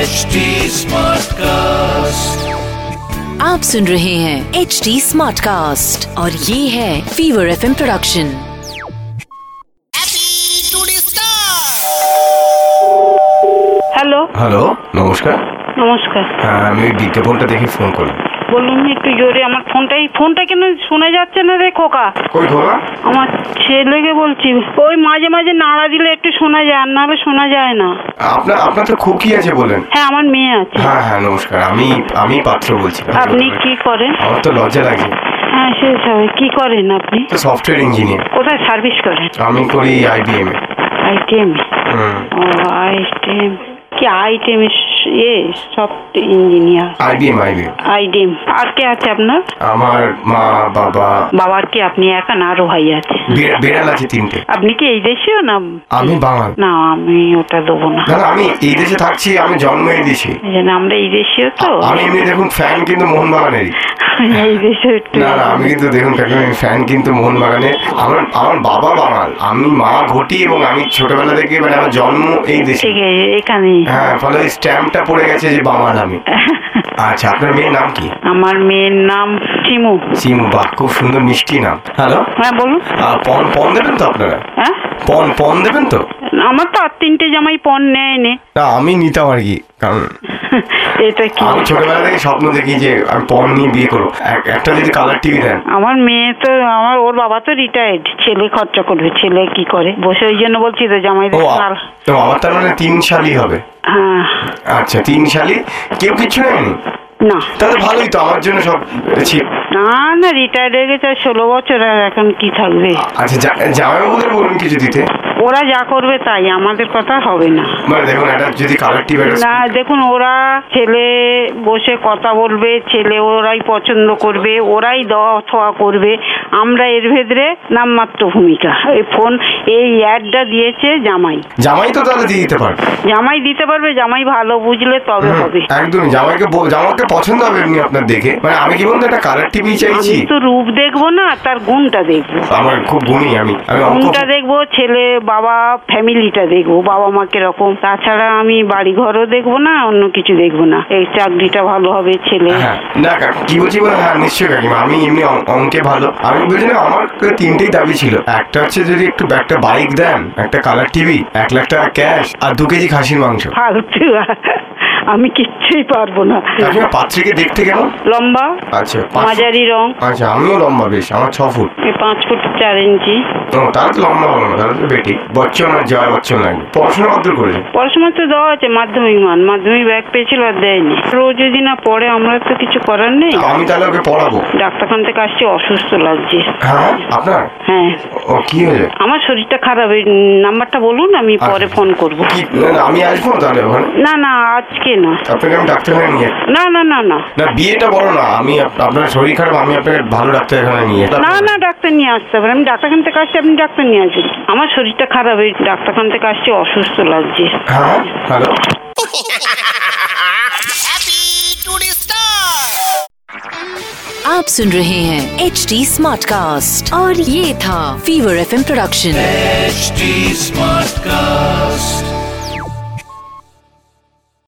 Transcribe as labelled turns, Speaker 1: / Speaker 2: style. Speaker 1: HD Smartcast.
Speaker 2: आप सुन रहे हैं एच डी स्मार्ट कास्ट और ये है fever F production
Speaker 3: hello
Speaker 4: hello নমস্কার
Speaker 3: নমস্কার
Speaker 4: হ্যাঁ আমি ওই বিজ্ঞাপনটা দেখে ফোন করলাম
Speaker 3: বলুন একটু জোরে আমার ফোনটাই ফোনটা কেন শোনা যাচ্ছে না রে খোকা
Speaker 4: কই ধোলা
Speaker 3: আমার ছেলেকে বলছি ওই মাঝে মাঝে নাড়া দিলে একটু শোনা যায় আর নাহলে শোনা যায় না
Speaker 4: আপনার আপনার তো খুকি আছে বলেন
Speaker 3: হ্যাঁ আমার মেয়ে আছে
Speaker 4: হ্যাঁ হ্যাঁ নমস্কার আমি আমি পাত্র বলছিলাম
Speaker 3: আপনি কি করেন
Speaker 4: আমার তো লজ্জা লাগে
Speaker 3: হ্যাঁ সে সবাই কি করেন আপনি
Speaker 4: তো সফটওয়্যার ইঞ্জিনিয়ার
Speaker 3: কোথায় সার্ভিস করেন
Speaker 4: আমি করি আইবিএম এ
Speaker 3: আইটিএম
Speaker 4: হুম
Speaker 3: ও আইটিএম কি আইটিএম এ soft engineer
Speaker 4: IBM IBM
Speaker 3: IDM আর কে আছে আপনার
Speaker 4: আমার মা বাবা
Speaker 3: বাবার কি আপনি একা না আরো ভাই আছে
Speaker 4: বিড়- বিড়াল আছে তিনটে
Speaker 3: আপনি কি এই দেশীয় না
Speaker 4: আমি বাঙাল
Speaker 3: না আমি ওটা দেবো না
Speaker 4: দাদা আমি এই দেশে থাকছি আমি জন্ম এই দেশে
Speaker 3: এই জন্য আমরা এই দেশীয় তো
Speaker 4: আমি এমনি দেখুন ফ্যান কিন্তু মোহনবাগানেরই
Speaker 3: এই দেশে একটু
Speaker 4: না না আমি কিন্তু দেখুন কাকু আমি ফ্যান কিন্তু মোহনবাগানে আমার আমার বাবা বাঙাল আমি মা ঘটি এবং আমি ছোটবেলা থেকে মানে আমার জন্ম এই দেশে
Speaker 3: ঠিক আছে এখানে
Speaker 4: হ্যাঁ ফলে ওই স্ট্যাম্পটা পড়ে গেছে যে বাঙাল আমি আচ্ছা আপনার মেয়ের নাম কি
Speaker 3: আমার মেয়ের নাম চিমু
Speaker 4: সিমু বাহ খুব সুন্দর মিষ্টি নাম হ্যালো
Speaker 3: হ্যাঁ বলুন
Speaker 4: আহ, পণ পণ দেবেন তো আপনারা
Speaker 3: হ্যাঁ
Speaker 4: পণ পণ দেবেন তো
Speaker 3: আমার তো আর তিনটে জামাই পণ নেয় নে
Speaker 4: না আমি নিতাম আর কি কারণ
Speaker 3: এটা কি
Speaker 4: আমি ছোটবেলা থেকে স্বপ্ন দেখি যে আমি পণ নিয়ে বিয়ে করবো এক- একটা যদি কালার টিভি দেন
Speaker 3: আমার মেয়ে তো আমার ওর বাবা তো রিটায়ার্ড ছেলে খরচা করবে ছেলে কি করে বসে ওই জন্য বলছি তো জামাই
Speaker 4: ও আ- তো আমার তার মানে তিন সালই হবে
Speaker 3: হ্যাঁ
Speaker 4: আচ্ছা তিন সালই কেউ কিচ্ছু নেয়নি
Speaker 3: না
Speaker 4: তাহলে ভালোই তো আমার জন্য সব ঠিক
Speaker 3: না না রিটায়ার্ড হয়ে গেছে আর ষোলো বছর আর এখন কি থাকবে
Speaker 4: আচ্ছা জামাইবাবুদের বলুন কিছু দিতে
Speaker 3: ওরা যা করবে তাই আমাদের কথা হবে না
Speaker 4: মানে দেখুন একটা যদি কালার টিভি
Speaker 3: না দেখুন ওরা ছেলে বসে কথা বলবে ছেলে ওরাই পছন্দ করবে ওরাই দেওয়া থোয়া করবে আমরা এর ভেতরে নামমাত্র ভূমিকা এই ফোন এই অ্যাডটা দিয়েছে জামাই
Speaker 4: জামাই তো তাহলে দিয়ে দিতে পারবে
Speaker 3: জামাই দিতে পারবে জামাই ভালো বুঝলে তবে
Speaker 4: হ্যাঁ,
Speaker 3: হবে
Speaker 4: একদম জামাইকে বল- জামাইকে পছন্দ হবে এমনি আপনার দেখে মানে আমি কি বলতো একটা কালার টিভি চাইছি
Speaker 3: আমি তো রূপ দেখবো না তার গুণটা দেখবো
Speaker 4: আমার খুব গুণী আমি আমি অঙ্ক
Speaker 3: গুণটা দেখবো ছেলে বাবা ফ্যামিলিটা দেখবো বাবা মা কিরকম তাছাড়া আমি বাড়ি ঘরও দেখবো না অন্য কিছু দেখবো না এই চাকরিটা ভালো হবে ছেলে
Speaker 4: হ্যাঁ না কাকু কি বলছি বলো হ্যাঁ নিশ্চয়ই কাকিমা আমি এমনি অং- অঙ্কে ভালো আমি বলছি না আমার ক- তিনটেই দাবি ছিল একটা হচ্ছে যদি একটু একটা বাইক দেন একটা কালার টিভি এক লাখ টাকা ক্যাশ আর দু কেজি খাসির মাংস
Speaker 3: হ্যাঁ। ফালতু আমি কিচ্ছুই পারবো না
Speaker 4: কাকিমা পাত্রীকে দেখতে কেমন
Speaker 3: লম্বা
Speaker 4: আচ্ছা পাঁচ-
Speaker 3: মাঝারি রং
Speaker 4: আচ্ছা আমিও লম্বা বেশ আমার ছ ফুট
Speaker 3: এই পাঁচ ফুট চার ইঞ্চি
Speaker 4: ও তারা তো লম্বা বলো না তারা তো বেটি বচ্চন আর জয় বচ্চন লাগে পড়াশোনা কত করেছে
Speaker 3: পড়াশোনা তো দেওয়া আছে মাধ্যমিক মান মাধ্যমিক ব্যাগ পেয়েছিল আর দেয়নি রোজ যদি না পড়ে আমরা তো কিছু করার নেই
Speaker 4: আমি তাহলে ওকে পড়াবো
Speaker 3: ডাক্তারখান থেকে আসছি অসুস্থ লাগছে
Speaker 4: হ্যাঁ আপনার
Speaker 3: হ্যাঁ
Speaker 4: ও কি হয়েছে
Speaker 3: আমার শরীরটা খারাপ এই নাম্বারটা বলুন আমি পরে ফোন করব
Speaker 4: কি না, না, আমি আসবো না তাহলে ওখানে
Speaker 3: না না আজকে না
Speaker 4: আপনাকে আমি ডাক্তারখানে নিয়ে যাচ্ছি।
Speaker 3: না না না না
Speaker 4: না বিয়েটা বড় না আমি আপ- আপনার শরীর খারাপ আমি আপনাকে ভালো ডাক্তারখানে নিয়ে যাচ্ছি।
Speaker 3: না না ডাক্তার নিয়ে আসতে হবে আমি ডাক্তারখান থেকে আসছি আপনি ডাক্তার নিয়ে আসবেন আমার শরীরটা খারাপ এই ডাক্তারখান থেকে আসছি অসুস্থ লাগছে
Speaker 4: হ্যাঁ হ্যালো
Speaker 2: आप सुन रहे हैं एच डी स्मार्ट कास्ट और ये था fever F production
Speaker 1: HD Smartcast.